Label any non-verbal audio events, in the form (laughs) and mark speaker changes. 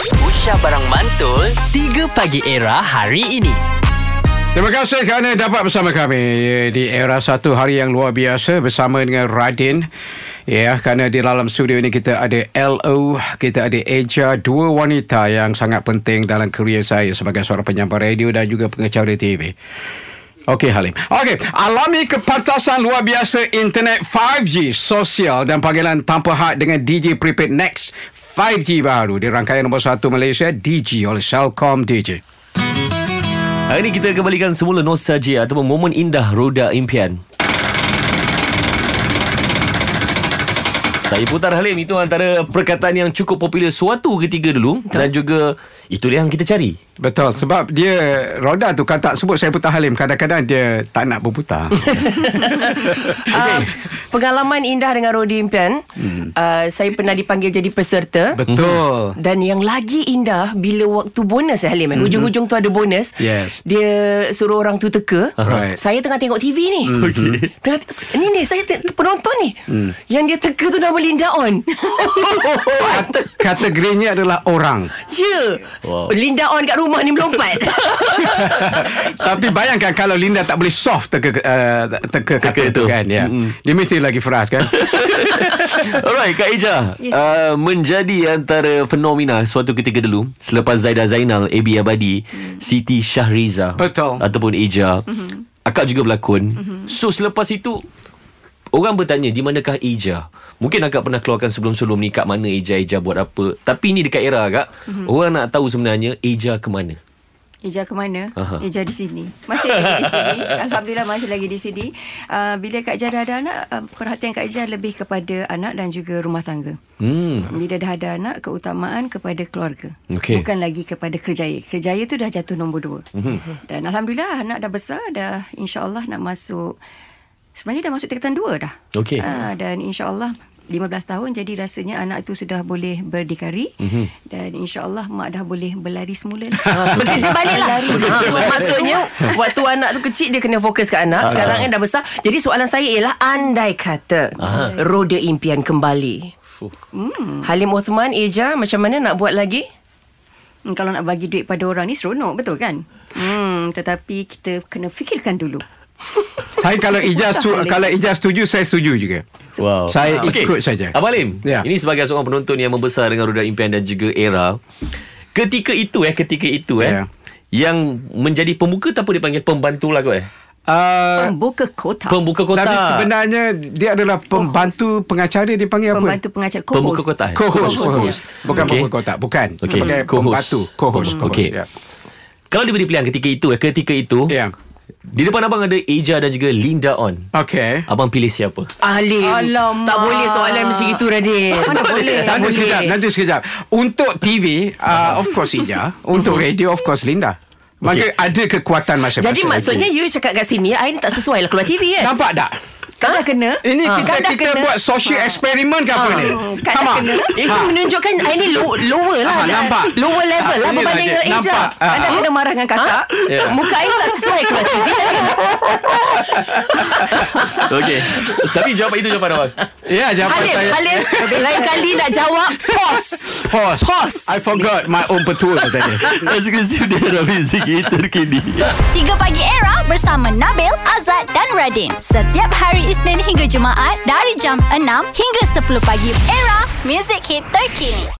Speaker 1: Aisyah Barang Mantul 3 Pagi Era hari ini
Speaker 2: Terima kasih kerana dapat bersama kami ya, di era satu hari yang luar biasa bersama dengan Radin. Ya, kerana di dalam studio ini kita ada LO, kita ada Eja, dua wanita yang sangat penting dalam kerjaya saya sebagai seorang penyampai radio dan juga pengecara TV. Okey Halim. Okey, alami kepantasan luar biasa internet 5G sosial dan panggilan tanpa had dengan DJ Prepaid Next 5G baru di rangkaian nombor 1 Malaysia DG oleh Celcom DG.
Speaker 3: Hari ini kita kembalikan semula nostalgia ataupun momen indah roda impian. Saya putar Halim itu antara perkataan yang cukup popular suatu ketika dulu dan juga itu dia yang kita cari.
Speaker 2: Betul sebab dia roda tu kalau tak sebut saya putar Halim kadang-kadang dia tak nak
Speaker 3: (laughs)
Speaker 2: berputar.
Speaker 4: Uh, pengalaman indah dengan Rodi Impian hmm. uh, Saya pernah dipanggil jadi peserta
Speaker 2: Betul.
Speaker 4: Dan yang lagi indah Bila waktu bonus eh, Halim eh. Ujung-ujung tu ada bonus
Speaker 2: Yes.
Speaker 4: Dia suruh orang tu teka
Speaker 2: Alright.
Speaker 4: Saya tengah tengok TV ni okay. tengah, Ni ni saya te- penonton ni hmm. Yang dia teka tu nama Linda On (laughs)
Speaker 2: Kategorinya adalah
Speaker 3: (laughs)
Speaker 2: orang.
Speaker 4: Ya yeah.
Speaker 3: Wow.
Speaker 4: Linda On kat rumah ni melompat
Speaker 2: Tapi bayangkan kalau Linda tak boleh soft teka uh, teka kata
Speaker 3: Teka itu.
Speaker 2: itu kan ya. Dia mesti lagi keras
Speaker 3: (laughs)
Speaker 2: kan.
Speaker 3: Alright Kak Eja yes. uh, Menjadi antara fenomena Suatu ketika dulu Selepas Zaida Zainal AB Abadi Siti Syahriza
Speaker 2: Betul.
Speaker 3: Ataupun Eja mm-hmm. Akak juga berlakon mm-hmm. So selepas itu Orang bertanya Di manakah Eja Mungkin akak pernah keluarkan sebelum-sebelum ni Kat mana Eja Eja buat apa Tapi ni dekat era akak mm-hmm. Orang nak tahu sebenarnya Eja ke mana
Speaker 5: Ija ke mana?
Speaker 3: Aha.
Speaker 5: Aha. Ija di sini. Masih lagi di
Speaker 3: (laughs)
Speaker 5: sini. Alhamdulillah masih lagi di sini. Uh, bila Kak Ija dah ada anak, uh, perhatian Kak Ija lebih kepada anak dan juga rumah tangga.
Speaker 3: Hmm
Speaker 5: Bila dah ada anak, keutamaan kepada keluarga.
Speaker 3: Okey.
Speaker 5: Bukan lagi kepada kerjaya. Kerjaya tu dah jatuh nombor dua.
Speaker 3: Mhm.
Speaker 5: Mm-hmm. Dan Alhamdulillah anak dah besar, dah insyaAllah nak masuk... Sebenarnya dah masuk tingkatan dua dah.
Speaker 3: Okey.
Speaker 5: Ah, dan insyaAllah 15 tahun jadi rasanya anak itu sudah boleh berdikari
Speaker 3: Mhm.
Speaker 5: mm-hmm. dan insyaAllah mak dah boleh berlari
Speaker 3: (laughs)
Speaker 5: semula.
Speaker 4: (laughs)
Speaker 2: Ha,
Speaker 4: Bekerja balik lah
Speaker 5: Berlari semula.
Speaker 4: Maksudnya Waktu anak tu kecil Dia kena fokus ke anak Sekarang kan dah besar Jadi soalan saya ialah Andai kata Roda impian kembali Hmm.
Speaker 3: Fuh.
Speaker 4: Halim Osman Eja Macam mana nak buat lagi?
Speaker 5: (laughs) Hmm, kalau nak bagi duit pada orang ni seronok betul kan? Hmm, tetapi kita kena fikirkan dulu.
Speaker 2: saya kalau Ijaz tu, kalau Ijaz setuju saya setuju juga.
Speaker 3: Wow. Ah,
Speaker 2: Saya ikut saja.
Speaker 3: Abang Lim,
Speaker 2: Ya.
Speaker 3: yeah. ini sebagai seorang penonton yang membesar dengan roda impian dan juga era. Ketika itu eh, ketika itu eh.
Speaker 2: Ya.
Speaker 3: Yang menjadi pembuka ataupun dipanggil pembantu lah kot eh.
Speaker 2: Uh,
Speaker 5: Pembuka kotak.
Speaker 3: Pembuka kotak.
Speaker 2: tapi sebenarnya dia adalah pembantu pengacara dia panggil apa?
Speaker 5: Pembantu pengacara co-host.
Speaker 3: pembuka kotak. eh?
Speaker 2: Co-host,
Speaker 5: Co-host,
Speaker 2: co-host. Bukan
Speaker 3: Okey.
Speaker 2: okay. kotak, bukan.
Speaker 3: Okey.
Speaker 2: Sebagai
Speaker 3: Co-host.
Speaker 2: pembantu, co-host, co-host.
Speaker 3: Okey.
Speaker 2: Ya.
Speaker 3: Kalau diberi pilihan ketika itu eh, ketika itu.
Speaker 2: Ya.
Speaker 3: Di depan abang ada Eja dan juga Linda on.
Speaker 2: Okey.
Speaker 3: Abang pilih
Speaker 2: (laughs)
Speaker 3: siapa?
Speaker 4: Halim
Speaker 5: Alamak.
Speaker 4: Tak boleh soalan macam itu Radin
Speaker 5: Mana boleh?
Speaker 4: Tak
Speaker 2: Nanti
Speaker 4: boleh
Speaker 2: sekejap, nanti sekejap. Untuk TV, uh, of course Ija. Untuk radio, of course Linda. Maka okay. ada kekuatan masing-masing.
Speaker 4: Jadi maksudnya You cakap kat sini Air ni tak sesuai lah Keluar TV kan Ha.
Speaker 2: Nampak tak?
Speaker 5: Kau dah kena.
Speaker 2: Ini
Speaker 5: Ah.
Speaker 2: kita
Speaker 5: Kau dah
Speaker 2: kita
Speaker 5: kena.
Speaker 2: buat social eksperimen ke apa
Speaker 4: Ah.
Speaker 2: ni?
Speaker 4: Kan
Speaker 5: Kat
Speaker 2: Faham
Speaker 5: dah
Speaker 2: tak?
Speaker 5: kena.
Speaker 4: Itu menunjukkan Air ni low, lower lah
Speaker 2: Ah, nampak.
Speaker 4: Lower level lah
Speaker 2: Ah,
Speaker 4: Berbanding
Speaker 2: inilah dia.
Speaker 4: dengan Eja
Speaker 2: Nampak. Ah,
Speaker 5: Anda
Speaker 2: ah.
Speaker 5: kena marah dengan kakak.
Speaker 2: Ya.
Speaker 4: yeah. Muka Air tak sesuai keluar TV
Speaker 3: Okey. Tapi jawapan itu jawapan abang.
Speaker 2: Ya, jawapan
Speaker 4: Halim,
Speaker 2: saya.
Speaker 4: Halim Lain kali nak jawab Pause
Speaker 2: Pause.
Speaker 4: Pause.
Speaker 2: I forgot my own betul tadi.
Speaker 3: Eksklusif daerah muzik terkini.
Speaker 6: 3 Pagi Era bersama Nabil, Azad dan Radin. Setiap hari Isnin hingga Jumaat dari jam 6 hingga 10 pagi. Era, music hit terkini.